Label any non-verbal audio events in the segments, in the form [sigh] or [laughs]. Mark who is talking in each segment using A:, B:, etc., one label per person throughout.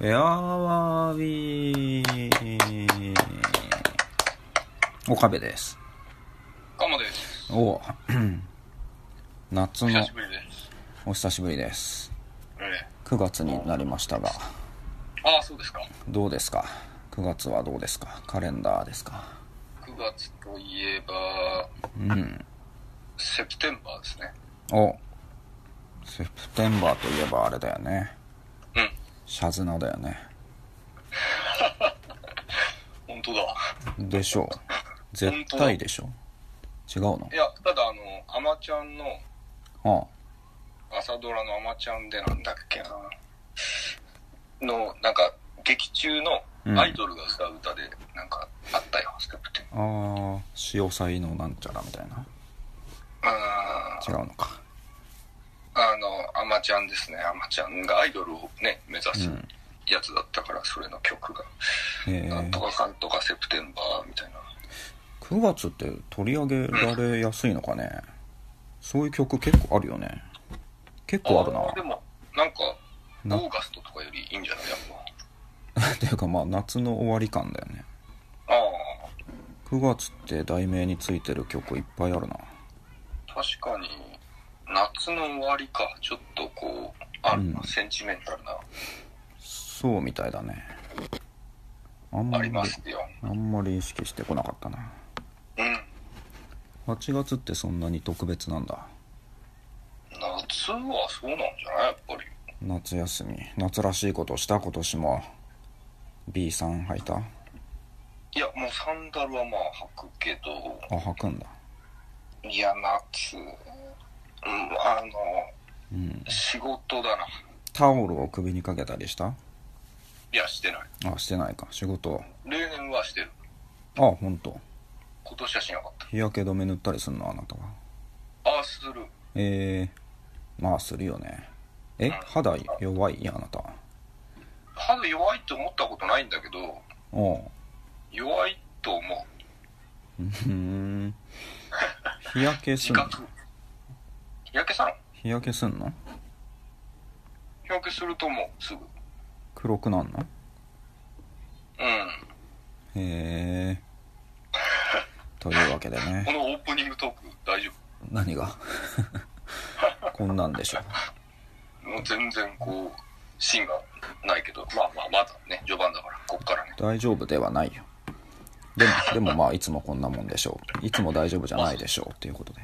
A: エアワビー岡部です
B: カモです。
A: おう夏
B: 久
A: の
B: しぶりです。
A: お久しぶりです
B: え
A: 9月になりましたが
B: えああ、そうですか。
A: どうですか9月はどうですかカレンダーですか
B: 9月といえば、
A: うん
B: セプテンバーですね。
A: おセプテンバーといえばあれだよね
B: うん。
A: シャズナだよね
B: 本当だ。
A: でしょう絶対でしょ違うの
B: いや、ただあの、アマちゃんの、
A: ああ
B: 朝ドラのアマちゃんでなんだっけな。の、なんか、劇中の
A: うん
B: アイドルが歌う歌で、なんか、あったよ、セプテン
A: あー潮騒のなんちゃらみたいな
B: バー。
A: 違うのか
B: あの、アマちゃんですね。アマちゃんがアイドルをね、目指す
A: うん
B: やつだったから、それの曲が、
A: え
B: なん
A: ー
B: と、かかんとかセプテンバーみたいな。
A: 9月って取り上げられやすいのかねそういう曲結構あるよね結構ある
B: ーで
A: な
B: もなんか
A: な
B: オーガストとかよりいいんじゃないやっぱ
A: [laughs] っていうかまあ夏の終わり感だよね
B: あ
A: 9月って題名についてる曲いっぱいあるな
B: あ確かに夏の終わりかちょっとこうあるな、
A: うん
B: センチメンタルな
A: そうみたいだねあんま
B: あり
A: り
B: ますよ
A: あんまり意識してこなかったな
B: うん
A: 8月ってそんなに特別なんだ
B: 夏はそうなんじゃないやっぱり
A: 夏休み夏らしいことした今年も B さん履いた
B: いやもうサンダルはまあ履くけど
A: あ履くんだ
B: いや夏うんあの
A: うん
B: 仕事だな
A: タオルを首にかけたりした
B: いやしてない
A: あしてないか仕事
B: 例年はしてる
A: あ本当。
B: 今年はしなかっ
A: 日焼け止め塗ったりすんのあなたは
B: たああする
A: えー、まあするよねえ肌弱いあなた
B: 肌弱いって思ったことないんだけど
A: おう
B: 弱いと思う
A: うーん日焼けす
B: 自
A: んの
B: 覚日焼けサロン
A: 日焼けすんの
B: 日焼けするともうすぐうん
A: 黒くなんのへえー、というわけで
B: こ
A: ね
B: のオープニングトーク大丈
A: 何が [laughs] こんなんでしょ
B: 夫もう全然こう芯がないけどまあまあまだね序盤だからこっからね
A: 大丈夫ではないよでもでもまあいつもこんなもんでしょういつも大丈夫じゃないでしょうっていうことで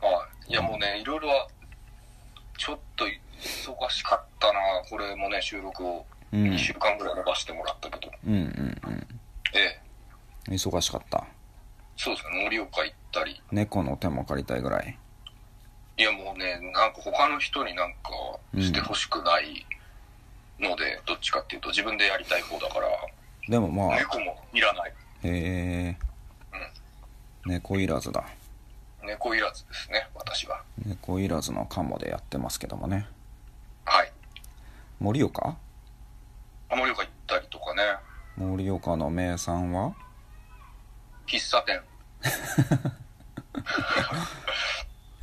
B: はいいやもうねいろいろはちょっと忙しかったなこれもね収録を
A: うん
B: 2週間ぐらい伸ばしてもらったけど、
A: うんうんうん
B: ええ
A: 忙しかった
B: そうですね盛岡行ったり
A: 猫の手も借りたいぐらい
B: いやもうねなんか他の人になんかしてほしくないので、どっちかっていうと自分でやりたい方だから
A: でもまあ
B: 猫もいらない
A: へえ猫いらずだ
B: 猫いらずですね私は
A: 猫いらずのカモでやってますけどもね
B: はい
A: 盛岡
B: 盛岡行ったりとかね
A: 盛岡の名産は
B: 喫茶店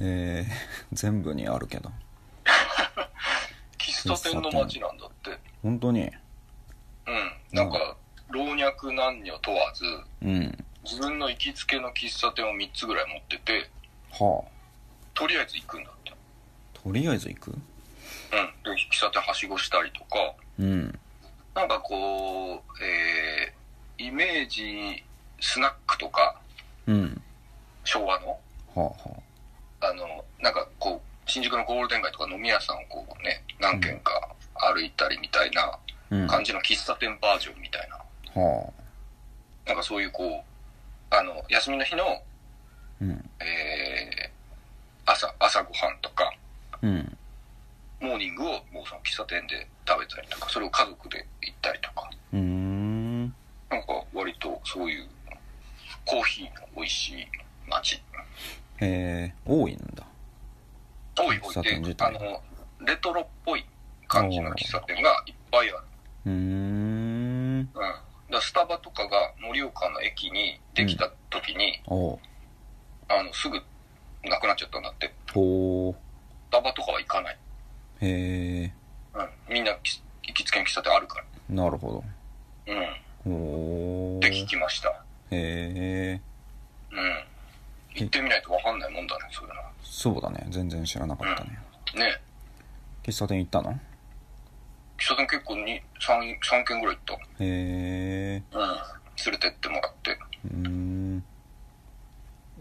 A: えー、 [laughs] 全部にあるけど
B: 喫茶店の街なんだって
A: 本当に
B: うんなんか老若男女問わず
A: うん
B: 自分の行きつけの喫茶店を3つぐらい持ってて
A: はあ
B: とりあえず行くんだって
A: とりあえず行く
B: うんで喫茶店はしごしたりとか
A: うん
B: なんかこうえー、イメージスナックとか
A: うん
B: 昭和の
A: はあは
B: あのなんかこう新宿のゴールデン街とか飲み屋さんをこうね何軒か歩いたりみたいな
A: あうん
B: 感じの喫茶店バージョンみたいな、
A: はあ
B: なんかそういうこう、あの、休みの日の、
A: うん
B: えー朝、朝ごはんとか、
A: うん
B: モーニングをもうその喫茶店で食べたりとか、それを家族で行ったりとか、
A: うーん
B: なんか割とそういう、コーヒーの美味しい街。
A: えー、多いんだ
B: 多い
A: 喫
B: 多
A: 茶
B: い
A: 店
B: で
A: 自、
B: あ
A: 体
B: の、レトロっぽい感じの喫茶店がいっぱいある。
A: うーん
B: うん。だからスタバとかが盛岡の駅にできた時に、
A: おう
B: あの、すぐなくなっちゃったんだって。
A: ほう
B: スタバとかは行かない。
A: へえ
B: うんみんなき行き行きつけの喫茶店あるか
A: なるほ
B: ら。う
A: どお
B: ん。って聞
A: ー
B: きました。
A: へえ
B: うん。行ってみないとわかんないもんだね、そういうのは。
A: そうだね全然知らなかったね
B: ね
A: 喫茶店行ったのへ
B: 喫茶店結構に3、三軒ぐらい行っ
A: え
B: た。うん。連れてってもらって。
A: うーん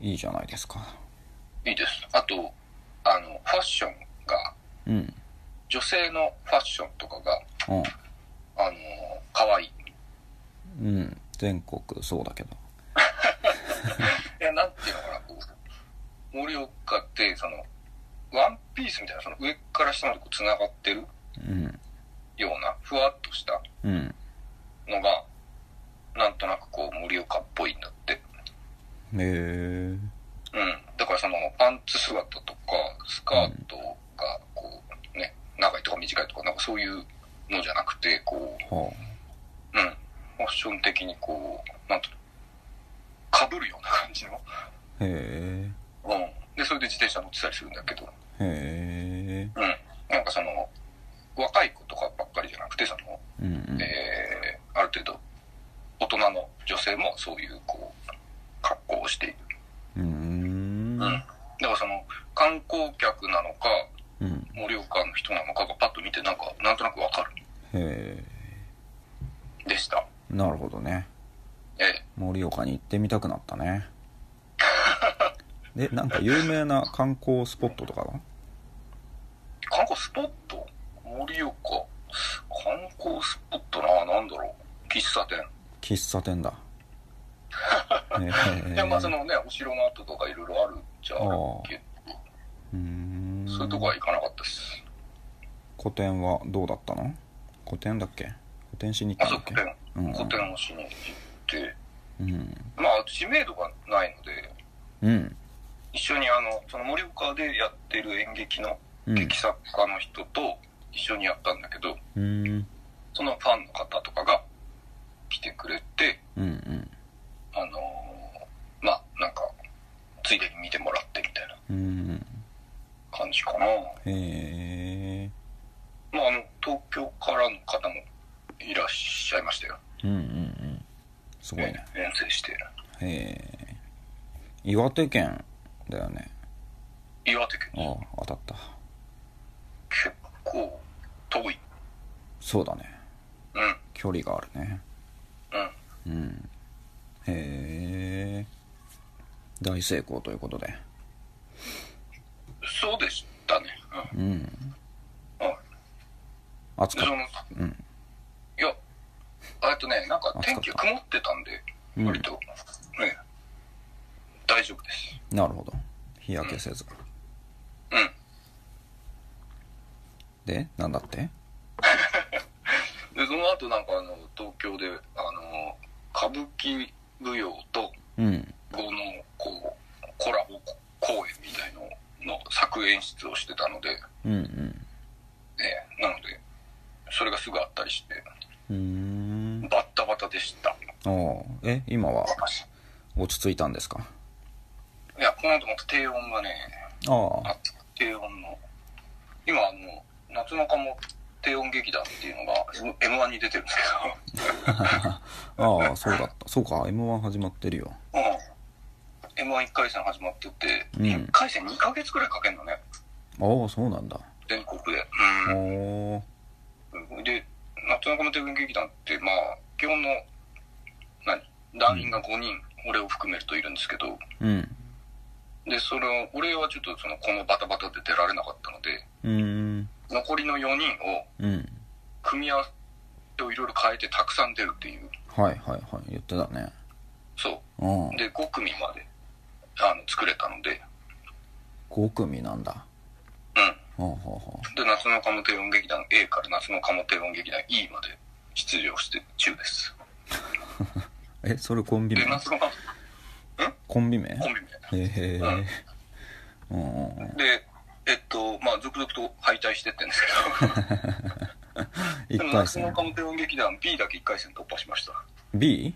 A: いいじゃないですか
B: いいです。あと、あの、ファッションが、
A: うんうん
B: 女性のファッションとかが、あのー、可愛い。い
A: うん全国そうだけど
B: や、なんていうのかな、こう、盛岡って、その、ワンピースみたいな、その上から下までこう繋がってる
A: うん
B: ような、ふわっとした
A: うん
B: のが、なんとなくこう、盛岡っぽいんだって。
A: へえ
B: うん。だからその、パンツ姿とか、スカートが、こう、ね、長いとか短いとか、なんかそういうのじゃなくて、こう、
A: は
B: うん、ファッション的にこう、なんと、かぶるような感じの。
A: あへ
B: うん。で、それで自転車乗ってたりするんだけど、
A: えへえ
B: うん。なんかその、若い子とかばっかりじゃなくて、その、
A: うんうん
B: えー、ある程度、大人の女性もそういう、こう、格好をしている。
A: うーん
B: うん。だからその、観光客なのか、
A: うん
B: 盛岡の人なのかがパッと見て、なんか、なんとなくわかる。
A: へ
B: でした。
A: えなるほどね
B: え
A: 盛岡に行ってみたくなった
B: [laughs]
A: ねえなんか有名な観光スポットとかは
B: ー、観光スポット盛岡。観光スポットな、なんだろう。喫茶店。
A: 喫茶店
B: [laughs]
A: だへえ
B: いやまあそのねお城の跡とかいろいろあるんじゃあるけ
A: うーん
B: どそういうとこは行かなかったです
A: 古典はどうだったの古典だっけ古典しに行
B: あ
A: った
B: そ
A: んだ
B: う
A: っけ
B: 古
A: う
B: 典
A: んうん
B: 古典をしに行って
A: うん
B: まあ知名度がないので
A: うん
B: 一緒にあのその盛岡でやってる演劇の
A: うん
B: 劇作家の人と一緒にやったんだけど
A: うん
B: そのファンの方とかが来てくれて
A: うんうん
B: あのーまあなんかついでに見てもらってみたいな
A: うん
B: 感じかな
A: へえ
B: まああの東京からの方もいらっしゃいましたよ
A: うんうんうんすごい
B: 遠
A: ね
B: 征して
A: へえ岩手県だよね
B: 岩手県
A: ああ当たった
B: 結構遠い。
A: そうだね
B: うん。うん。
A: 距離があるねうんへえ大成功ということで
B: そうでしたね。
A: うん
B: うん。うん。
A: 暑
B: そ
A: かっ
B: の、
A: うん
B: いや、あえっとね、なんか
A: 暑かった
B: 天気曇ってたんで、
A: うん
B: 割と、ね、大丈夫です。
A: たなるほど日焼けせず
B: うん。
A: でなんだって
B: で、その後なんかあの、東京で、あの、歌舞伎舞踊と
A: うん
B: 語の、こう、コラボ公演みたいのの作演出をしてたので、ね、
A: うんうん
B: なので、それがすぐあったりして、
A: うーん
B: バッタバタでした。
A: ああえ今は
B: 私
A: 落ち着いたんですか
B: いや、この後また低音がね、
A: ああ
B: あ低音の。今、あの、夏の鴨低音劇団っていうのが M- M1 に出てるんです
A: ああそうだったそうか m 1始まってるよ
B: けど、 [laughs] うん。M11 回戦始まってて、
A: うん
B: 一1回戦2ヶ月くらいかけるのね、
A: ああそうなんだ
B: 全国で。
A: おお
B: うん。で、夏の鴨低音劇団って、まあ、基本の、何団員が5人、俺を含めるといるんですけど、
A: うん
B: で、その、俺はちょっとその、このバタバタで出られなかったので、
A: うーん
B: 残りの4人を
A: うん
B: 組み合わせをいろいろ変えてたくさん出るっていう、
A: はいはいはい言ってたね
B: そう。
A: うん
B: で5組まであの作れたので、
A: 5組なんだ
B: う
A: はあはあはあ
B: ん、で夏の鴨低音劇団 A から夏の鴨低音劇団 E まで出場して中です
A: えそれコンビ
B: で
A: 名
B: 夏の鴨
A: コンビ名へ
B: コンビ
A: えうんうんうん
B: 名でえっとまあ続々と敗退してってんです [laughs]
A: 1回
B: けどでも夏の
A: 戦
B: 鴨低音劇団 B だけ1回戦突破しました
A: B?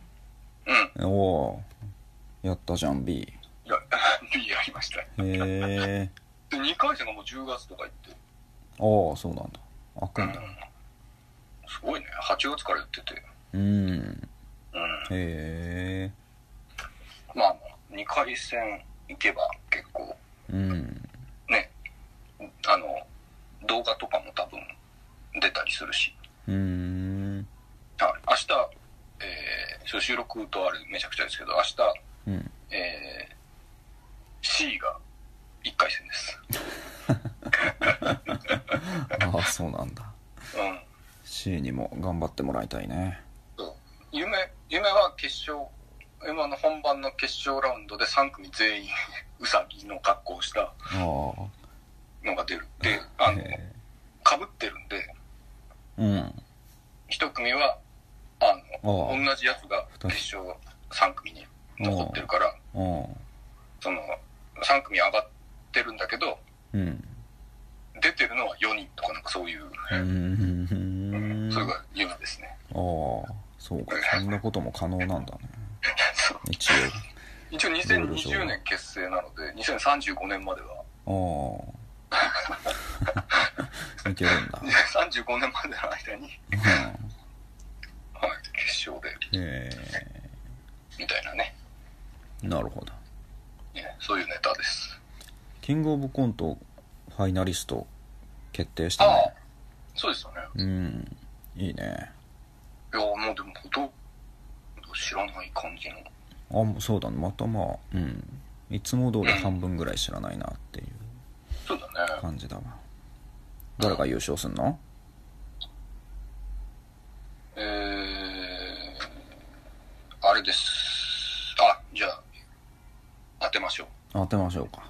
B: うん
A: おおやったじゃん B へ
B: いや [laughs] B やりました
A: え
B: で2回戦がもう10月とか行って
A: ああそうなんだ開くんだ
B: うんすごいね。8月からやってて。
A: うん
B: うん。
A: へえ
B: まあ、2回戦行けば結構、
A: うん
B: ね、あの、動画とかも多分出たりするし。
A: うん
B: はい。明日、えー、そう収録とあれめちゃくちゃですけど、明日、
A: うん
B: えー、C が1回戦です。
A: ああそうなんだ
B: うん。
A: C にも頑張ってもらいたいね
B: そう夢夢は決勝 M1 の本番の決勝ラウンドで3組全員ウサギの格好をした
A: あ
B: のが出るであ
A: あ
B: の
A: へ
B: かぶってるんで
A: えうん
B: 1組はあの
A: ああ
B: 同じやつが
A: 二つ
B: 決勝3組に残ってるから
A: うん
B: その3組上がってるんだけど
A: うん
B: 出てるのは4人とかなんかそういう、
A: うん
B: それが夢ですね
A: ああそうかそんなことも可能なんだね
B: そう
A: 一
B: 一応2020年結成なので2035年までは [laughs]
A: 応 [laughs] ああいけるんだ、
B: 35年までの間に、
A: うん、
B: はい、決勝で
A: え
B: みたいなね
A: えなるほど
B: ねそういうネタです。
A: キングオブコントファイナリスト決定した
B: あ
A: ね
B: あ、そうですよね。
A: うんいいね
B: いや、もうでもほとんど知らない感じの。
A: あもうそうだねまたまあうんいつも通り半分ぐらい知らないなっていう
B: そうだね。
A: 感じだわ誰が優勝すんの
B: えー、あれです。あ、じゃあ、当てましょう。
A: 当てましょうか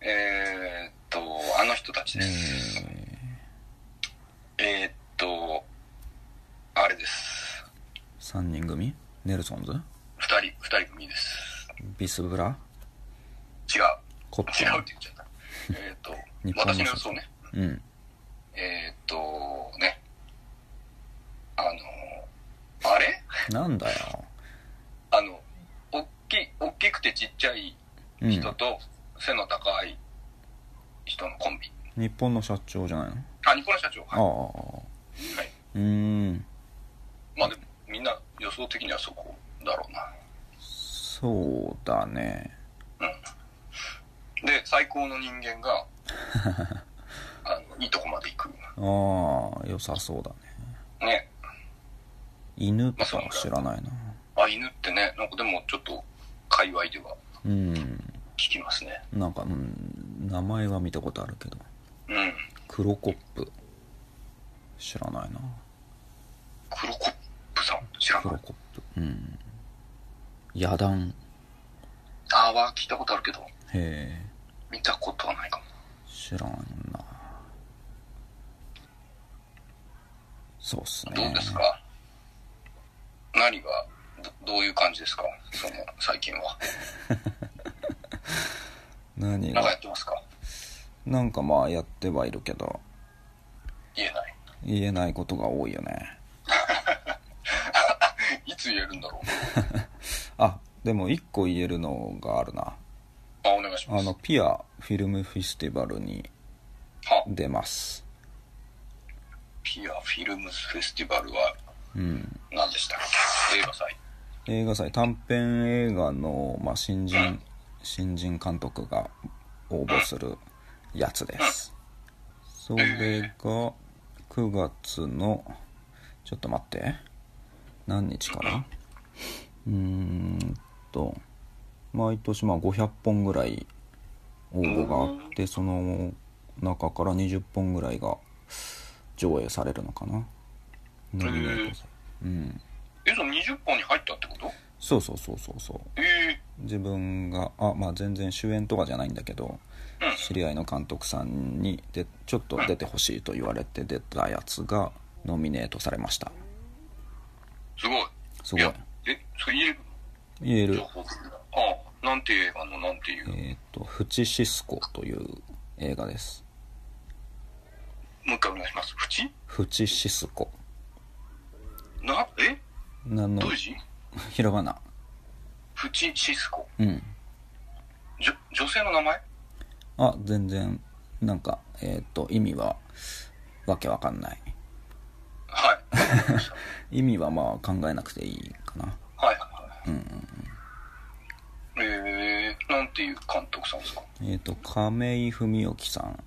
B: えーっと、あの人たち
A: え
B: です。
A: ー、
B: えーっと、あれです。
A: 3人組ネルソンズ
B: 二人、二人組です。
A: ビスブラ
B: 違う。
A: コット
B: 違うって言っちゃった。えーっと
A: 日、本の
B: 私の予想ね。
A: ンうん
B: えーっと、ね。あの、あれ
A: なんだよ
B: あの、おっきい、おっきくてちっちゃい
A: うん
B: 人と背の高い人のコンビ。
A: 日本の社長じゃないの
B: あ、ニコの社長。はい。
A: ああ
B: はいう
A: ーん
B: まあでも、みんな予想的にはそこだろう
A: そうだね
B: な。うん。で、最高の人間
A: [laughs]
B: が、あの、いいとこまで行く。
A: ああ良さそうだね
B: ね。
A: 犬とか知らないな
B: あ、犬ってね、なんかでもちょっと、界隈では
A: うん
B: 聞きますね。
A: なんか、うん、名前は見たことあるけど
B: うん。
A: クロコップ知らないな
B: クロコップさん、知ら
A: ク
B: な
A: ロ
B: い。
A: コップうん野団
B: あは聞いたことあるけど、
A: へえ
B: 見たことはないかも。
A: 知らんなそうっすね
B: どうですか、何がどどういう感じですかその最近は
A: 何
B: 何かや
A: が
B: ってますか
A: なんかまあやってはいるけど
B: 言えない [laughs]
A: 言えないことが多いよね
B: いつ言えるんだろう
A: あでも一個言えるのがあるな
B: あお願いしま
A: あ
B: す
A: のピアフィルムフェスティバルに
B: は
A: 出ます
B: ピアフィルムズフェスティバルは
A: うん
B: 何でしたっけ映画祭
A: 映画祭短編映画の、まあ、新人新人監督が応募するやつですそれが9月のちょっと待って何日かなうーんと毎年まあ500本ぐらい応募があってその中から20本ぐらいが上映されるのかなノミネートさうん
B: えその20本に入ったってこと
A: そうそうそうそうそう
B: え
A: 自分があまあ全然主演とかじゃないんだけど
B: えうん
A: 知り合いの監督さんにでちょっと出てほしいと言われて出たやつがノミネートされました
B: すごい
A: すごい
B: やえそれ言える
A: 言える
B: 情報ああなんていう映画のなんていう、
A: えーっ、と「フチシスコ」という映画です
B: もう一回お願いします縁
A: フチシスコ
B: なえ
A: 何の
B: どういう字
A: ひらがな
B: 縁シスコ
A: うん
B: じょ女性の名前
A: あ全然なんかえーっ、と意味はわけわかんない [laughs] 意味はまあ考えなくていいかな
B: はいはいはい。えー、なんていう監督さんですか
A: えっ、と亀井文興さん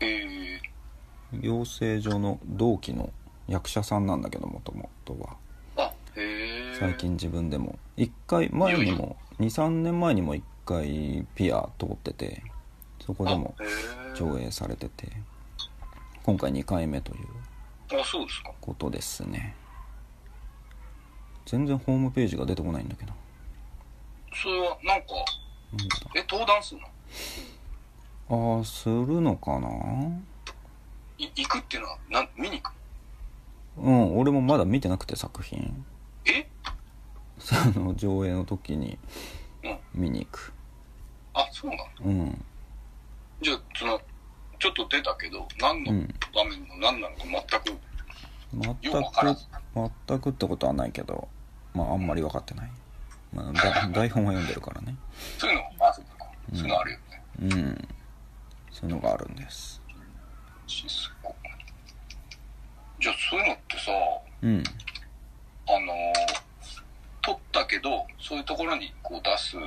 B: えー、
A: 養成所の同期の役者さんなんだけどもともとは
B: あ、へえー。
A: 最。近自分でも1回前にも23年前にも1回ピア通っててそこでも
B: あ、へえー。
A: 上映されてて今回2回目という
B: あ、そうですか。
A: ことですね全然ホームページが出てこないんだけど
B: それは、なんか、
A: なんだ
B: え、登壇するの
A: ああするのかない
B: 行くっていうのは、なん見に行く
A: うん俺もまだ見てなくて作品 [laughs]
B: え
A: その上映の時に
B: うん。
A: 見に行く
B: あ、そうなの
A: うん
B: じゃあ、その、ちょっと出たけど、何の
A: うん
B: 場面の何なのか全く、
A: 全
B: ようわからん
A: く全くってことはないけどまああんまり分かってない、まあ、だ [laughs] 台本は読んでるからね
B: そういうの、あ、そうか。そういうのあるよね。
A: うんそういうのがあるんです
B: シスコ。じゃあ、そういうのってさ、
A: うん
B: あのー、撮ったけど、そういうところにこう出すっ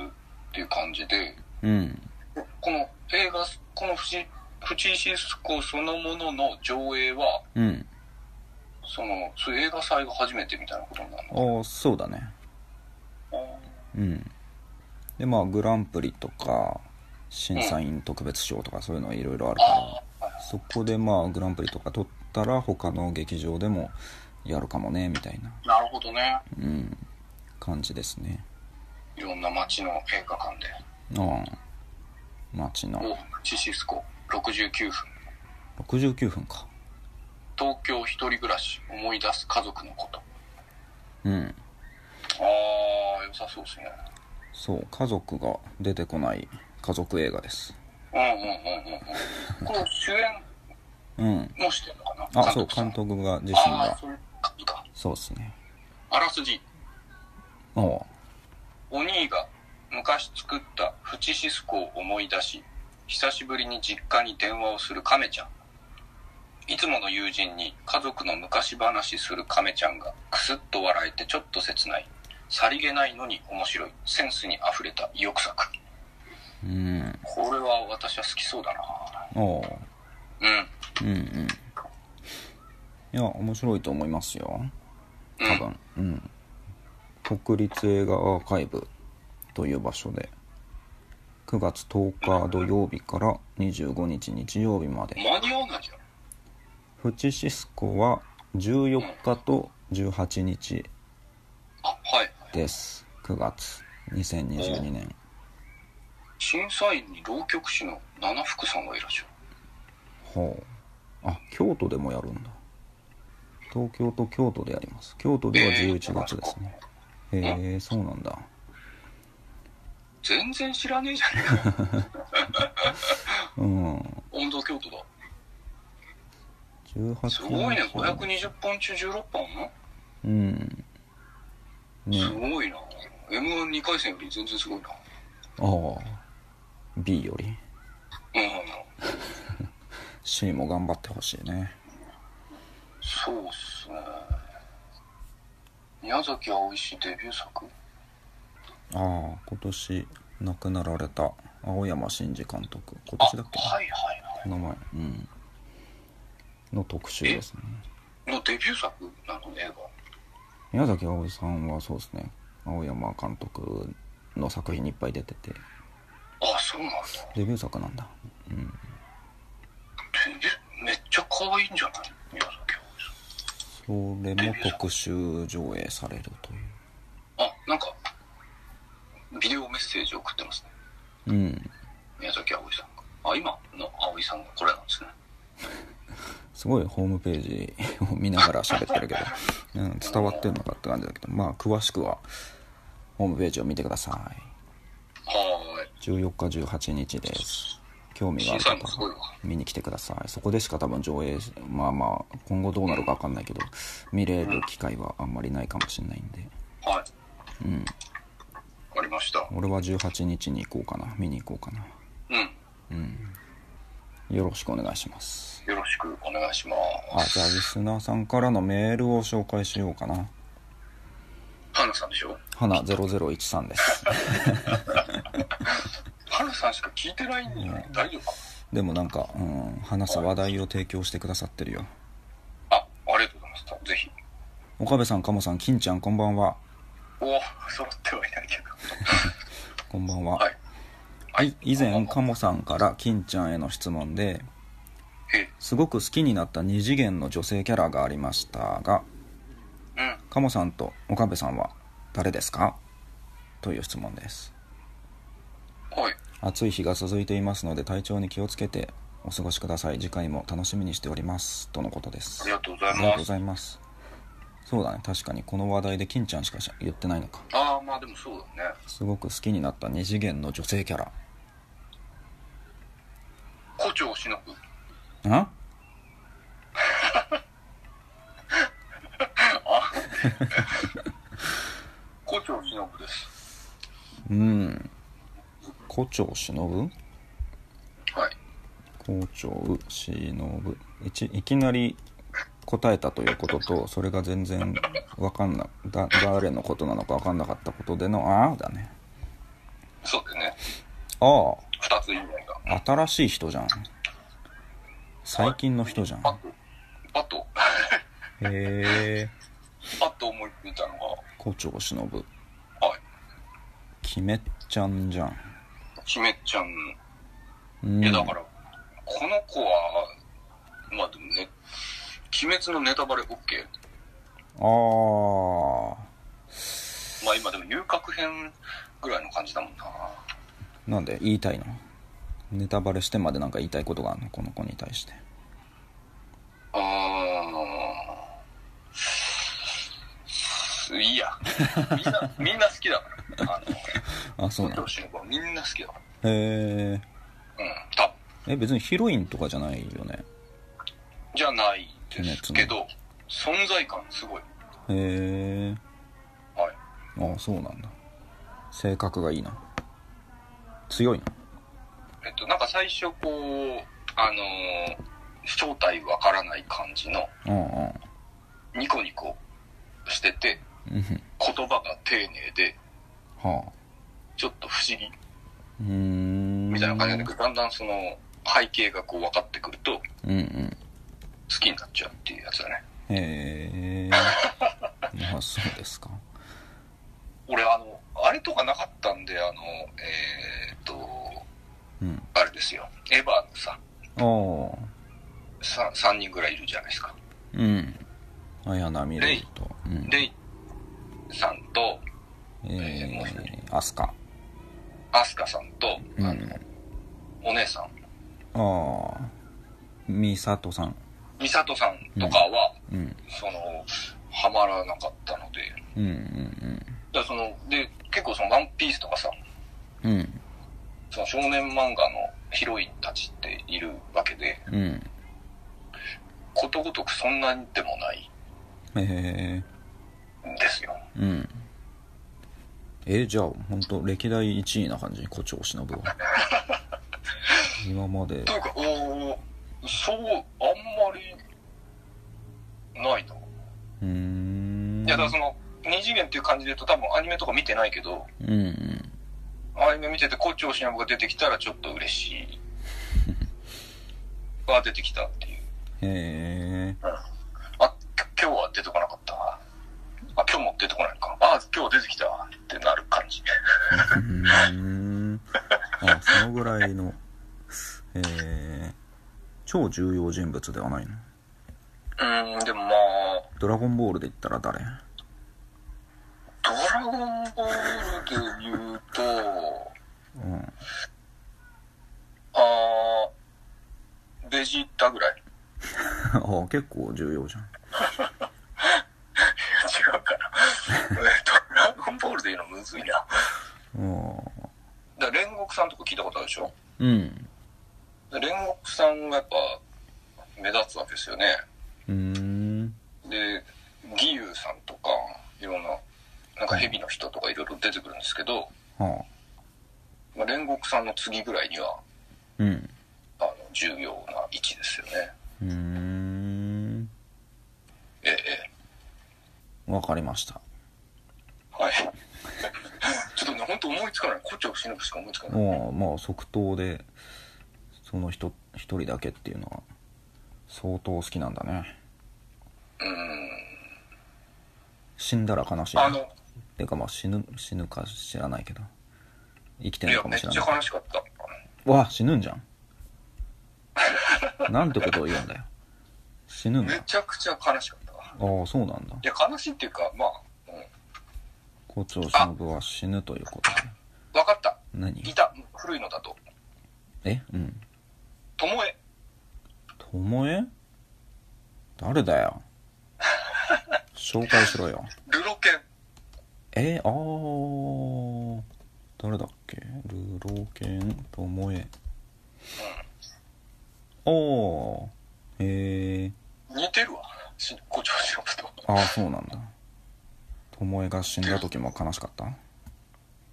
B: ていう感じで、
A: うん
B: この映画、このフチフチシスコそのものの上映は、
A: うん
B: その、そういう映画祭が初めてみたいなことになるの
A: ああそうだねうんでまあグランプリとか審査員特別賞とかそういうのはいろいろあるから
B: あー
A: そこでまあグランプリとか取ったら他の劇場でもやるかもねみたいな、
B: なるほどね。
A: うん、感じですね
B: いろんな街の映画館で。
A: ああ街の
B: お、チシスコ、69分。
A: 69分か
B: 東京一人暮らし、思い出す家族のこと。
A: うん
B: あー、良さそうですね。
A: そう家族が出てこない家族映画です
B: うんうんうんうんうん。この主演
A: うん
B: もしてるのかな
A: あそう
B: さん
A: 監督が自身
B: ああ
A: が
B: ー、そういう感じか。
A: そうっすね
B: あらすじ。
A: おう
B: お兄が昔作ったフチシスコを思い出し、久しぶりに実家に電話をするカメちゃん。いつもの友人に家族の昔話するカメちゃんがクスッと笑えてちょっと切ない。さりげないのに面白い。センスに溢れた意欲作。
A: うん
B: これは私は好きそうだな
A: おう
B: うん。
A: うんうんいや面白いと思いますよ
B: うん
A: 多分うん国立映画アーカイブという場所で9月10日土曜日から25日日曜日まで
B: 間に合わないじゃん。
A: フチシスコは14日と18日
B: あ、はい。
A: です9月2022年
B: 審査員に浪曲師の七福さんがいらっしゃる。
A: ほうあ京都でもやるんだ東京と京都でやります京都では11月ですねへえそうなんだ
B: 全然知らねえじゃねえか。
A: うん
B: [laughs] 温度京都だ。
A: 18日
B: すごいね、520本中16本
A: うんね
B: すごいな。M12 回戦より全然すごいな。
A: ああ B より
B: うんうんうん。
A: C も頑張ってほしいね
B: そうっすね。宮崎葵氏デビュー作
A: ああ今年亡くなられた青山真司監督今
B: あ、は
A: 年だっけ
B: いはいは
A: 名前うんの特集ですね
B: い。のデビュー作なの映
A: 宮崎葵さんはそうですね青山監督の作品にいっぱい出てて
B: 画。あ、そうなんだ。
A: デビュー作なんだ
B: デビュー、めっちゃ可愛いんじゃない宮崎
A: それも特集上映されるとい
B: 葵さん。あ、なんか、ビデオメッセージ送ってます
A: う
B: ね。
A: うん
B: 宮崎葵さんが。あ、今の葵さんがこれなんですね。
A: すごいホームページ [laughs] を見ながら喋ってるけど、うん、伝わってるのかって感じだけどまあ詳しくはホームページを見てくださ
B: はーい。
A: い14日18日です興味があ
B: 審
A: る
B: 査員もす
A: 方
B: ごい
A: は
B: わ。
A: 見に来てくださいそこでしか多分上映まあまあ今後どうなるか分かんないけど見れる機会はあんまりないかもしれないんで
B: はい。
A: うん
B: わかりました。
A: 俺は18日に行こうかな見に行こうかな
B: うん。
A: うんよろしくお願いします
B: よろしくお願いしま
A: あ
B: す
A: じゃあリスナーさんからのメールを紹介しようかな
B: 花さんでしょ
A: 花0013です [laughs]
B: 花さんしか聞いてないんじゃない大丈夫か
A: でもなんか、うん、話す話題を提供してくださってるよ
B: なあありがとうございますぜひ
A: 岡部さん鴨さん金ちゃんこんばんは
B: おお揃ってはいないけど
A: こんばんは、
B: はい
A: はい、以前鴨さんから金ちゃんへの質問で
B: え
A: すごく好きになった二次元の女性キャラがありましたが
B: えうん
A: 鴨さんと岡部さんは誰ですかという質問です
B: はい
A: 暑い日が続いていますので体調に気をつけてお過ごしください次回も楽しみにしておりますとのことです
B: ありがとうございます
A: ありがとうございますそうだね確かにこの話題で金ちゃんしかし言ってないのか
B: ああまあでもそうだね
A: すごく好きになった二次元の女性キャラ
B: 胡蝶しのぶ
A: あ
B: 胡蝶しのぶです
A: うん胡蝶忍
B: はい
A: 校長忍いちいきなり答えたということとそれが全然わかんなだ誰のことなのかわかんなかったことでの「あ」だね
B: そうだよね
A: あ
B: 二つ以外が
A: あ新しい人じゃん最近の人じゃん
B: パッとパッと
A: へえ
B: パッと思いついたの
A: 校長忍
B: がはい
A: キメちゃんじゃん
B: 姫ちゃん
A: うん
B: いやだから、この子はまあでもね鬼滅のネタバレ
A: あ
B: OK
A: ー
B: まあ今でも遊郭編ぐらいの感じだもんな
A: なんで言いたいのネタバレしてまでなんか言いたいことがあるのこの子に対して
B: あーい
A: [laughs]
B: いやみんなみんな好きだからあの
A: あそうな
B: 東
A: の
B: 京新聞はみんな好きだか
A: へえ
B: らうん多分
A: え別にヒロインとかじゃないよね
B: じゃないですけど存在感すごい
A: へえ
B: は
A: あ
B: い
A: あそうなんだ性格がいいな強いな
B: えっとなんか最初こうあのー正体わからない感じの
A: うんうん
B: ニコニコしてて
A: うんふん
B: 言葉が丁寧で
A: はあ
B: ちょっと不思議
A: うーん
B: みたいな感じなんだけどだんだんその背景がこう分かってくると好
A: うんうん
B: きになっちゃうっていうやつだね
A: へえまあそうですか
B: 俺あのあれとかなかったんであのえーっと
A: うん
B: あれですよエヴァのさ
A: ああ
B: さ3人ぐらいいるじゃないですか
A: うん綾波レイとうん
B: レイさんと
A: えー、アスカ
B: アスカさんと、
A: うん
B: あのお姉さん
A: ああ美里さん
B: 美里さんとかは、
A: うん
B: そのハマらなかったので
A: うんうん
B: だからそので結構その「ワンピースとかさ
A: うんうん
B: その少年漫画のヒロインたちっているわけで
A: うん
B: ことごとくそんなにでもない
A: へえ
B: んですよ
A: うんえじゃあ本当歴代1位な感じ胡蝶忍
B: [laughs]
A: は今まで
B: というかおーそうあんまりないな、
A: うーん
B: いやだからその二次元っていう感じで言うと多分アニメとか見てないけど
A: うんうん
B: アニメ見てて胡蝶忍が出てきたらちょっと嬉しいが出てきたっていう、
A: へえ
B: うん、あき今日は出てこなかったあ今日も出てこないかあ今日出てきたってなる感じ
A: うーんあそのぐらいのえー、超重要人物ではないの
B: うんでもまあ
A: ドラゴンボールで言ったら誰
B: ドラゴンボールで言うと、
A: うん
B: あー、ベジータぐらい。
A: あ結構重要じゃん
B: 違うかな。えドラゴンボールで言うのむずいな。だか
A: あ
B: ら煉獄さんとか聞いたことあるでしょ
A: うん
B: で煉獄さんがやっぱ目立つわけですよね。
A: うーん
B: で、義勇さんとか、いろんな、なんか蛇の人とかいろいろ出てくるんですけど、
A: はあ
B: まあ、煉獄さんの次ぐらいには、
A: うん
B: あの、重要な位置ですよね。
A: うーん
B: ええ、
A: わかりました
B: はい。 [laughs] ちょっとね、本当思いつかない。胡蝶忍しか思いつかない。
A: もうまあ即答でその人一人だけっていうのは相当好きなんだね
B: うん。
A: 死んだら悲しい
B: あ
A: な
B: の、
A: てかまあ死ぬ死ぬか知らないけど生きて
B: い
A: るの
B: や、
A: かも
B: めっ
A: しれ
B: ち
A: ない
B: ゃ悲しかった。
A: わあ死ぬんじゃ [laughs] んなんてことを言うんだよ死ぬんだ
B: め
A: あ
B: ちゃくちゃ悲しかったわ。
A: あーそうなんだ
B: いや、悲しいっていうか、まあ、うん。
A: 校長忍は死ぬということね
B: わかった。
A: 何
B: いた。古いのだと。
A: えうん
B: ともえ。
A: ともえ誰だよ紹介しろよ
B: ルロケン。
A: えあー誰だっけルロケンともえおーへえ
B: 似てるわ。し胡蝶忍と。
A: ああそうなんだともえが死んだ時も悲しかった。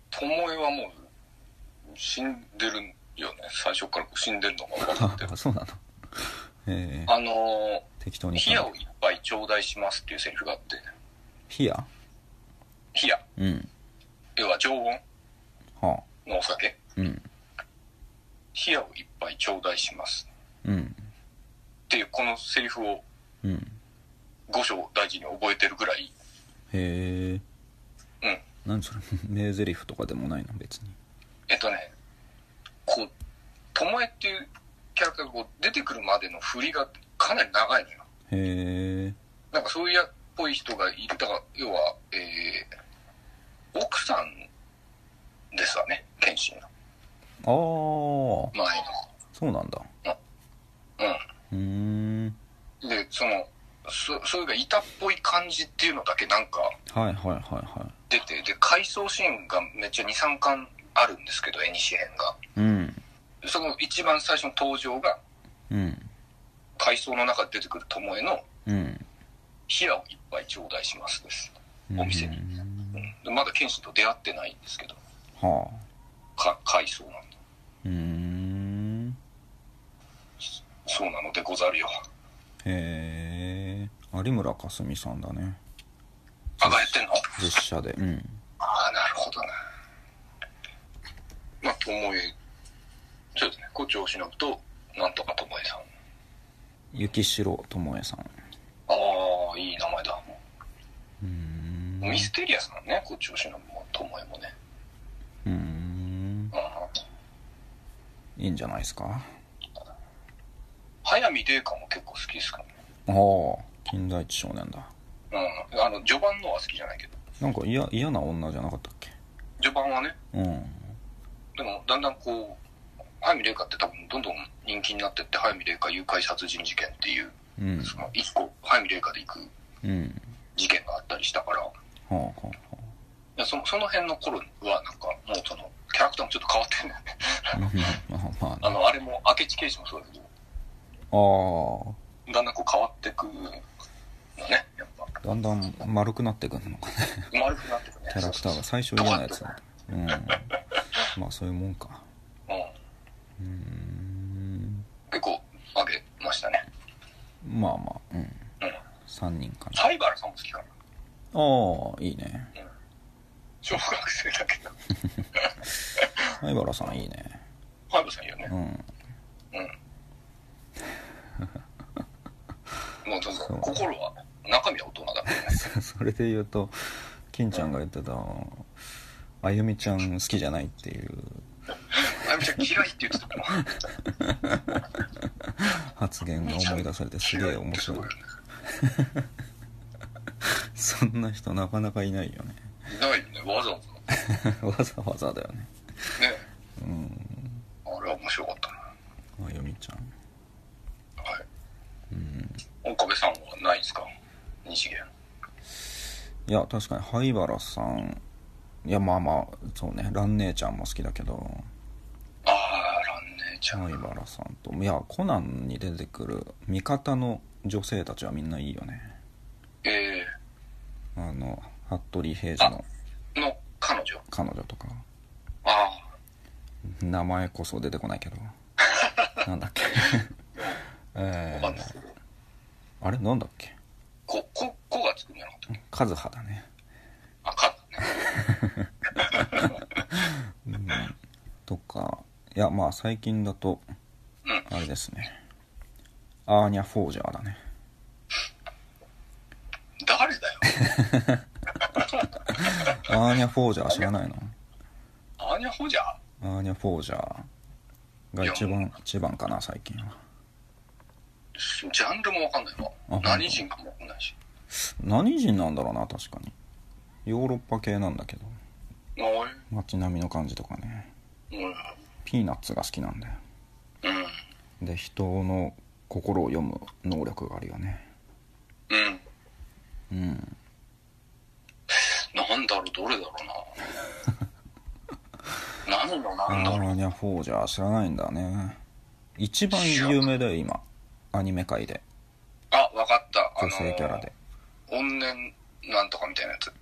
B: ともえはもう、死んでるよね。最初から死んでるのが分かって
A: [laughs]
B: る
A: そうなのええ
B: あの
A: 適当
B: ー、
A: に
B: ヒヤをいっぱい頂戴しますっていうセリフがあって、
A: ヒヤ
B: ヒヤ、
A: うん
B: 要は常温
A: は
B: のお酒、
A: あうん
B: ヒヤをいっぱい頂戴します
A: うん
B: っていう、このセリフを
A: うん
B: 五章大事に覚えてるぐらい、
A: へえ
B: うん。
A: 何それ [laughs] 名台詞とかでもないの別に
B: えっとね、こう、ともえっていうキャラクターがこう出てくるまでの振りがかなり長いのよ。
A: へえ
B: なんかそういうやっぽい人がいる。だから、要は、えー、奥さんですわね、謙信
A: あ
B: の
A: あそ
B: 前
A: うなんだ
B: の。
A: うーん
B: うん。で、その、そ、それがいたっぽい感じっていうのだけなんか
A: はいはいはいは
B: 出て、で、回想シーンがめっちゃ2、3巻あるんですけど、絵にし編が。
A: いうん
B: その一番最初の登場が、
A: うん
B: 回想の中で出てくる巴の、
A: うん
B: 冷やをいっぱい頂戴しますです。お店に
A: うん
B: でまだ謙信と出会ってないんですけど、
A: はあ
B: か、回想なんで。
A: うーん
B: そうなのでござるよ。
A: へえ有村架純さんだね
B: あがやってんの
A: 実写でうん
B: ああ、なるほどな。まあ、ともえ、そうですね、胡蝶忍と、なんとかともえさん。
A: 雪城智恵さん
B: ああ、いい名前だ。
A: うーん
B: ミステリアスなんね、胡蝶忍もともえもね。
A: うーん
B: ああ
A: いいんじゃないですか
B: 早見玲香も結構好きですからね。
A: ああ金田一少年だ
B: うん。あの、序盤のは好きじゃないけど。
A: なんか嫌嫌な女じゃなかったっけ
B: 序盤はね、
A: うん
B: でも、だんだんこう、早見玲香って多分どんどん人気になってって、早見玲香誘拐殺人事件っていう、
A: うん
B: その一個、早見玲香で行く
A: うん
B: 事件があったりしたから、
A: はあはあはあ
B: いやそのその辺の頃は、なんか、もうその、キャラクターもちょっと変わってんだよね。
A: まあ [laughs] まあ
B: あ
A: ね
B: の、あれも、明智刑事もそうだけど、
A: あ
B: だんだんこう変わってくのね、やっぱ。
A: あだんだん丸くなってくるのかね
B: 丸くなってくね。
A: キャラクターが最初嫌なやつだったうんまあそういうもんか
B: うん。
A: うーん
B: 結構、上げましたね。
A: まあまあうん
B: うん。
A: 3人かな
B: 灰原さんも好きかな。
A: ああいいね
B: 小学生だけど。
A: 相原さんいいね
B: 灰原さんいいよね
A: う。ん
B: もう、どうぞ
A: そう
B: 心は、中身は大人だから
A: [laughs]
B: ね。
A: それで言うと金ちゃんが言ってたあゆみちゃん好きじゃないっていう
B: あゆみちゃん嫌いって言って
A: [laughs]
B: たもん。
A: 発言が思い出されてすげえ面白い
B: 嫌って
A: そんな人なかなかいないよね [laughs]
B: すごいないよね、わざわざ。
A: わざわざだよね
B: ね。
A: うん
B: あれは面白かったな。
A: あゆみちゃん
B: はい。
A: うん
B: 岡部さんはないですか西元。
A: いや確かに灰原さんいやまあまあそうね蘭姉ちゃんも好きだけど
B: ああ、ランネちゃん。
A: 灰原さんといやコナンに出てくる味方の女性たちはみんないいよね
B: え
A: あの服部平次の
B: ー、の彼女。
A: 彼女とか
B: ああ、 [laughs]
A: 名前こそ出てこないけどなんだっけ [laughs] え
B: わかんない
A: ー、
B: けど。
A: あれなんだっけ
B: こ、こ、こがつくんじゃなかったっけ
A: カズハだね
B: あ、かだね。
A: とかいやまあ最近だと
B: うん。
A: あれですねアーニャ・フォージャーだね
B: 誰だよ。
A: アーニャ・フォージャー知らないの
B: アーニャ・ホジャー
A: アーニャ・フォージャーが一番一番かな最近は
B: ジャンルもわかんない
A: あ
B: わ。何人かもわかんないし。
A: 何人なんだろうな確かにヨーロッパ系なんだけど
B: おい。
A: 街並みの感じとかね
B: うん。
A: ピーナッツが好きなんだよ
B: うん。
A: で人の心を読む能力があるよね
B: うん。
A: うん
B: なんだろう、どれだろ
A: [laughs]
B: うな。何の
A: ア
B: なんだろう。
A: ーニャ・フォージャー知らないんだね一番有名だよ今アニメ界で
B: あ、わかった。あ
A: 女
B: の
A: 性キャラで
B: 怨念なんとかみたいなやつ。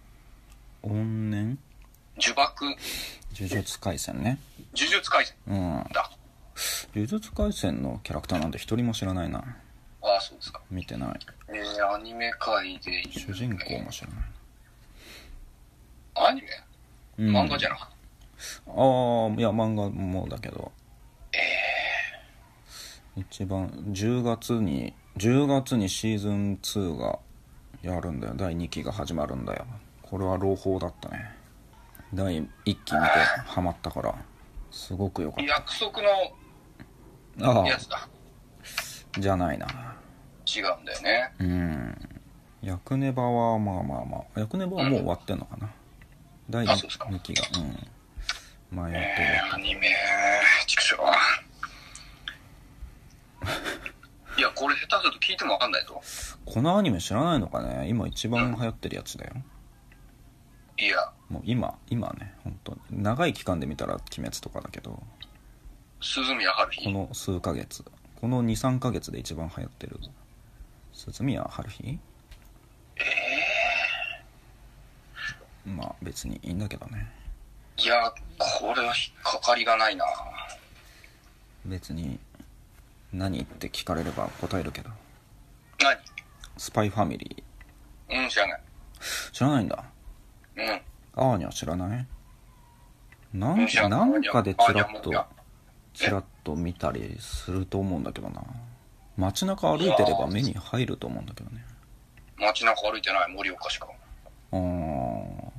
A: 怨念
B: 呪縛、呪
A: 呪術廻戦ね
B: 術改善
A: うん
B: だ。
A: 呪術廻戦のキャラクターなんて一人も知らないな
B: ああ、そうですか。
A: 見てない
B: えー、アニメ界で有
A: 主人公も知らない、
B: アニメ
A: うん、
B: 漫画じゃな
A: あ
B: くて
A: あいや漫画もだけどええ一番10月に10月にシーズン2がやるんだよ第2期が始まるんだよこれは朗報だったね第1期見てハマったからすごくよかっ
B: 約束の
A: たあ
B: やつだ。
A: あじゃないな
B: 違うんだよね。
A: うん役ネバはまあまあまあ役ネバはもう終わってんのかな第
B: あそうですか
A: 2期がうん前やってる
B: えー、アニメ、畜生。いや、これ下手すると聞いてもわかんないぞ。
A: このアニメ知らないのかね今一番流行ってるやつだよ
B: いや、
A: もう今今ね本当に長い期間で見たら「鬼滅」とかだけど
B: 鈴宮春
A: こ
B: 日。
A: の数ヶ月この23ヶ月で一番流行ってる鈴宮春日まあ別にいいんだけどね
B: いや、これは引っかかりがないな。
A: 別に何って聞かれれば答えるけど
B: 何
A: スパイファミリ
B: うん、知らない。
A: ー知らないんだ
B: うん。
A: アーニャ知らないな
B: うんん知らない
A: なんかでチラッ
B: アーニャアーニャもい
A: と
B: や
A: チラッと見たりすると思うんだけどな街中歩いてれば目に入ると思うんだけどね
B: 街中歩いてない盛岡しか。
A: ああ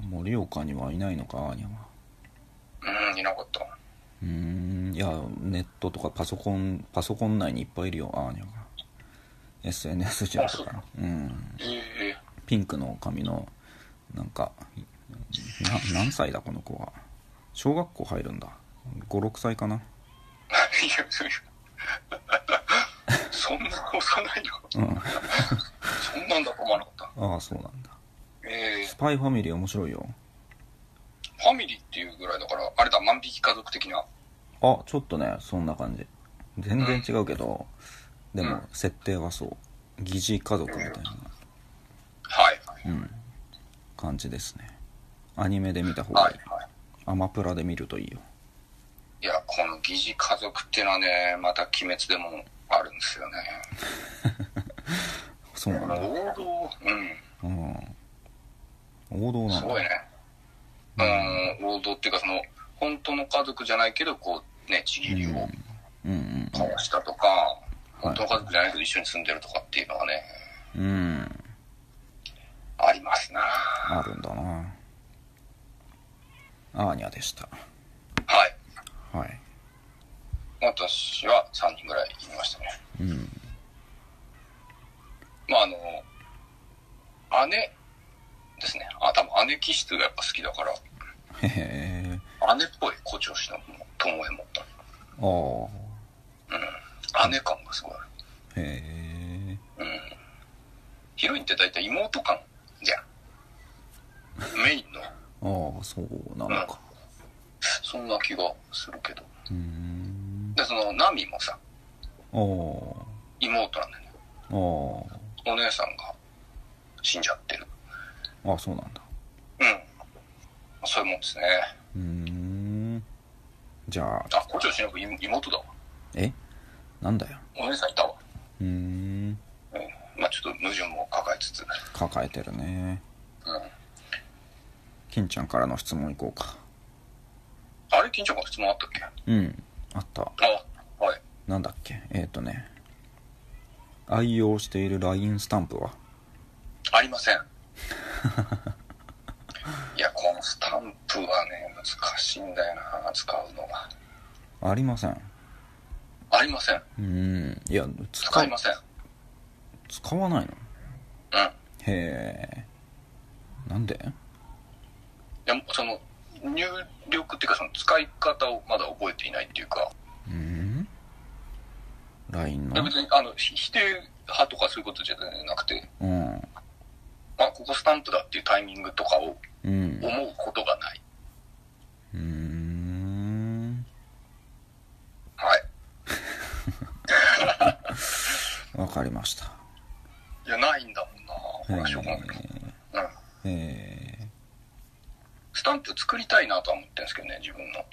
A: 盛岡にはいないのかアーニャは
B: うん、いなかった。
A: うーんいやネットとかパソコンパソコン内にいっぱいいるよアーニャが SNS 上とかうん
B: え
A: ピンクの髪のなんかな何歳だこの子は小学校入るんだ56歳かな
B: えいやそんな幼いの
A: うん
B: そんなんだと思わなかった。
A: ああそうなんだ
B: ええ
A: スパイファミリー面白いよ
B: ファミリーっていうぐらいだから、あれだ、万引き家族的な。
A: あちょっとねそんな感じ全然違うけど、で
B: う
A: も
B: ん
A: 設定はそう疑似家族みたいな
B: はいはい。
A: 感じですねアニメで見た方が
B: はい
A: いい
B: はい。
A: アマプラで見るといいよ
B: いや、この疑似家族っていうのはね、また鬼滅でもあるんですよね。
A: そうなんだ
B: 王道、うん、
A: うん王道な
B: す
A: んだ
B: ごいね。うん、王道っていうか、その、本当の家族じゃないけど、こう、ね、ちぎりを
A: うんうん
B: 交わしたとか、
A: はい
B: 本当の家族じゃないけど一緒に住んでるとかっていうのはね、
A: うん
B: ありますな。
A: あるんだなアーニャでした
B: はい。
A: はい
B: 私は3人ぐらい言いましたね。
A: うん
B: まあ、あの、姉ですね。あ、多分姉気質がやっぱ好きだから、
A: へへ
B: 姉っぽい誇張しの友へも。
A: ああ
B: 姉感がすごい。
A: へえ
B: ヒロインって大体妹感じゃん。メインの、
A: ああそうなのか
B: そんな気がするけど。
A: うーん
B: で、その、ナミもさ、
A: ああ
B: 妹なんだよね。
A: あ
B: お姉さんが死んじゃってる。
A: ああそうなんだ
B: うん。そういうもんですね。
A: うーんじゃあ
B: あ、胡蝶しのぶ妹だわ。
A: えなんだよ
B: お姉さんいたわ。
A: うーん
B: うん。まあちょっと矛盾も抱えつつ。
A: 抱えてるね
B: うん。
A: 金ちゃんからの質問いこうか
B: あれ、金ちゃんから質問あったっけ
A: うんあった
B: あ、はい。
A: なんだっけえっ、ー、とね愛用している LINE スタンプは
B: ありません。いや、このスタンプはね、難しいんだよな、使うのが。
A: ありません
B: ありません。
A: うーんいや
B: 使
A: 使
B: いません。
A: 使わないの
B: うん。い
A: へえなんで
B: や、その、入力っていうか、その使い方をまだ覚えていないっていうか、
A: うん ?LINE
B: いや
A: の
B: 別に、あの、ひ否定派とかそういうことじゃなくて、
A: うん
B: あ、ここスタンプだっていうタイミングとかを
A: うん
B: 思うことがない。
A: うーん
B: はい。
A: わかりました
B: いや、ないんだもんな、これはしょうがない。うん。
A: えーえ
B: スタンプ作りたいなとは思ってるんですけどね、自分の。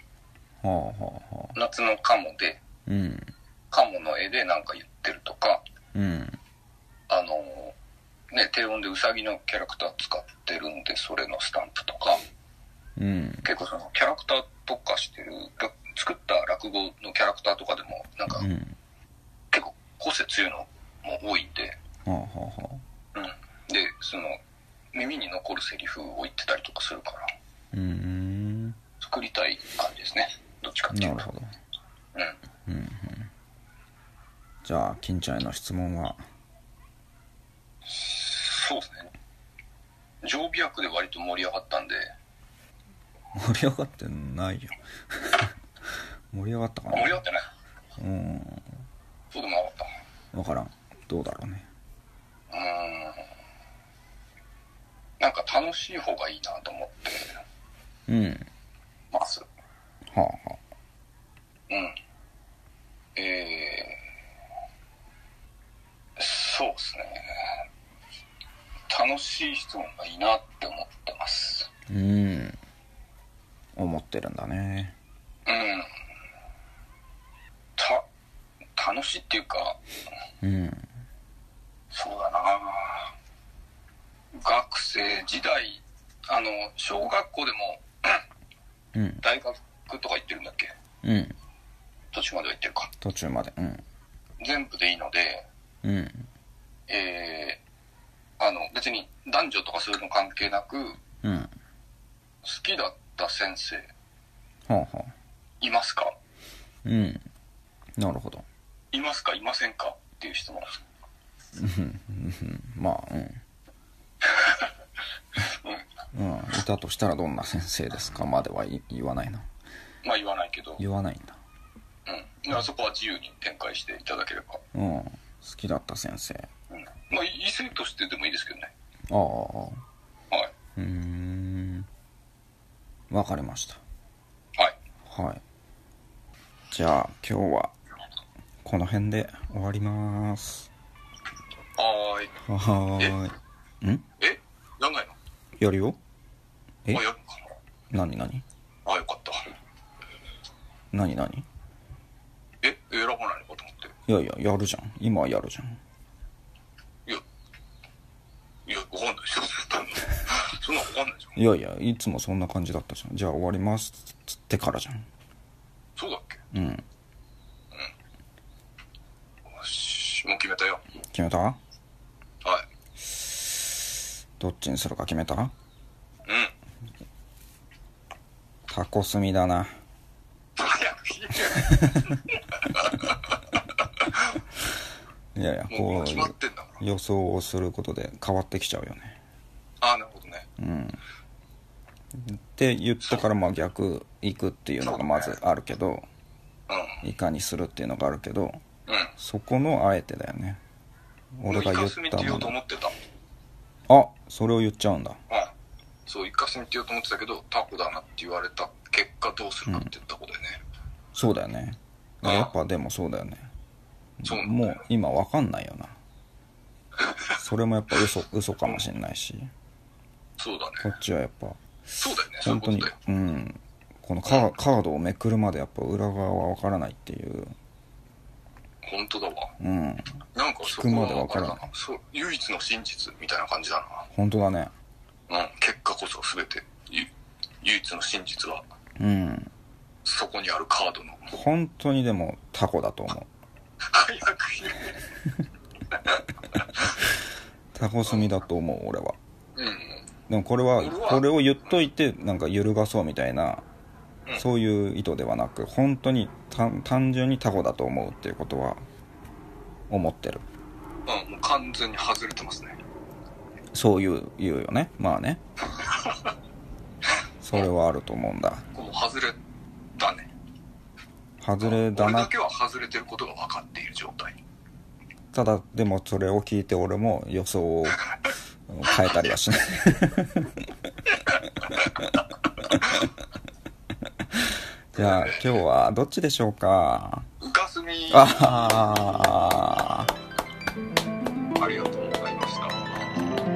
A: ーはあはあはあ
B: 夏のカモで、
A: うん
B: カモの絵でなんか言ってるとか、
A: うん
B: あのーね、低音でウサギのキャラクター使ってるんで、それのスタンプとか、
A: うん
B: 結構そのキャラクターとかしてる、ら作った落語のキャラクターとかでも、なんか
A: うん
B: 結構個性強いのも多いんで、
A: はあはあはあ
B: うん。で、その、耳に残るセリフを言ってたりとかするから、
A: うーん
B: 作りたい感じですね。どっちかってい
A: な
B: う
A: る
B: と。
A: ほど
B: うん。
A: じゃあ金ちゃんへの質問は
B: そうですね。常備薬で割と盛り上がったんで、
A: 盛り上がってないよ盛り上がったか
B: 盛り上
A: な
B: がってない。
A: うん
B: そうでもなかった。
A: わからんどうだろうね
B: うーんなんか楽しい方がいいなと思って
A: うん
B: ます。
A: はあは
B: うん。えー、そうですね。楽しい質問がいいなって思ってます。
A: あうん思ってるんだね
B: うん。た、楽しいっていうか、
A: うん
B: そうだな学生時代、あの、小学校でも
A: うん
B: 大学とか行ってるんだっけ
A: うん
B: 途中までは行ってるか。
A: 途中までうん
B: 全部でいいので、
A: うん
B: えーあの、別に男女とかそういうの関係なく、
A: う
B: 好
A: んは
B: きだった先生、
A: あはあ
B: いますか
A: うんなるほど
B: いますかいませんかっていう質問。
A: まあうんうんいたとしたらどんな先生ですかまではい言わないな
B: まあ言わないけど、うん。
A: 言わないんだ
B: だからそこは自由に展開していただければ。
A: うん好きだった先生
B: うん。まあ異性としてでもいいですけどね。
A: ああ
B: はい。
A: うーんわかりました
B: はい。
A: はいじゃあ今日はこの辺で終わります
B: はーい。
A: はーいん
B: えやんないの
A: やるよえ
B: あ、やるのか
A: 何何
B: なあ、よかった。
A: 何何
B: え選ばないのかと思って。
A: いやいややるじゃん今やるじゃん
B: いや、いや、わかんないでしょ。 [laughs] そんなのわかんないじゃん。
A: いやいやいつもそんな感じだったじゃんじゃあ終わりますつってからじゃん
B: そうだっけ
A: うん
B: よし、もう決めたよ。
A: 決めた
B: はい。
A: どっちにするか決めた
B: うん。 [laughs]
A: タコスミだな
B: 早く聞いて
A: いやいや
B: よ。もう
A: こう
B: 決
A: い
B: ま
A: う
B: ってんだから。
A: 予想をすることで変わってきちゃうよね
B: ああ、なるほどね。
A: うんって言ったからまあ逆行くっていうのがまずあるけどいかにするっていうのがあるけど
B: うん。うん。
A: そこのあえてだよね俺が言っ
B: イカスミって
A: た
B: 言お
A: も
B: うと
A: の
B: 思ってたもん。
A: あそれを言っちゃうんだ
B: うん。そう、イカスミって言おうと思ってたけど、タコだなって言われた結果どうするかって言ったことだよね。
A: そうだよね
B: あ
A: やっぱでもそうだよね
B: そうなんだ
A: も
B: よ
A: う今わかんないよなそれもやっぱ
B: [laughs]
A: 嘘嘘かもしんないし
B: そうだ
A: こ
B: ね。
A: っちはやっぱ
B: そうだよね。そういう
A: 本当
B: こと
A: に
B: だよ。
A: うんこのカーカードをめくるまでやっぱ裏側はわからないっていう
B: 本当だわ。
A: うん
B: なんかそこ
A: 聞くまでわからない
B: あれだそう、唯一の真実みたいな感じだ
A: 本当だね
B: な。うん、結果こそ全て、ゆ唯一の真実は、
A: うん
B: そこにあるカードの。
A: 本当にでもタコだと思う
B: 早く言
A: タコスミだと思う俺は
B: え。うん。
A: でもこれはこれを言っといてなんか揺るがそうみたいな
B: うん
A: そういう意図ではなく本当に単単純にタコだと思うっていうことは思ってる
B: うん、もう完全に外れてますね。
A: そういう言うよねまあねそれはあると思うんだ
B: こう外れだね。
A: 外れだ
B: 俺だ
A: な
B: けは外れてることが分かっている状態。
A: ただでもそれを聞いて俺も予想を変えたりはしない [laughs] じゃあ今日はどっちでしょうか
B: ガスミ
A: ああ
B: ありがとうございました。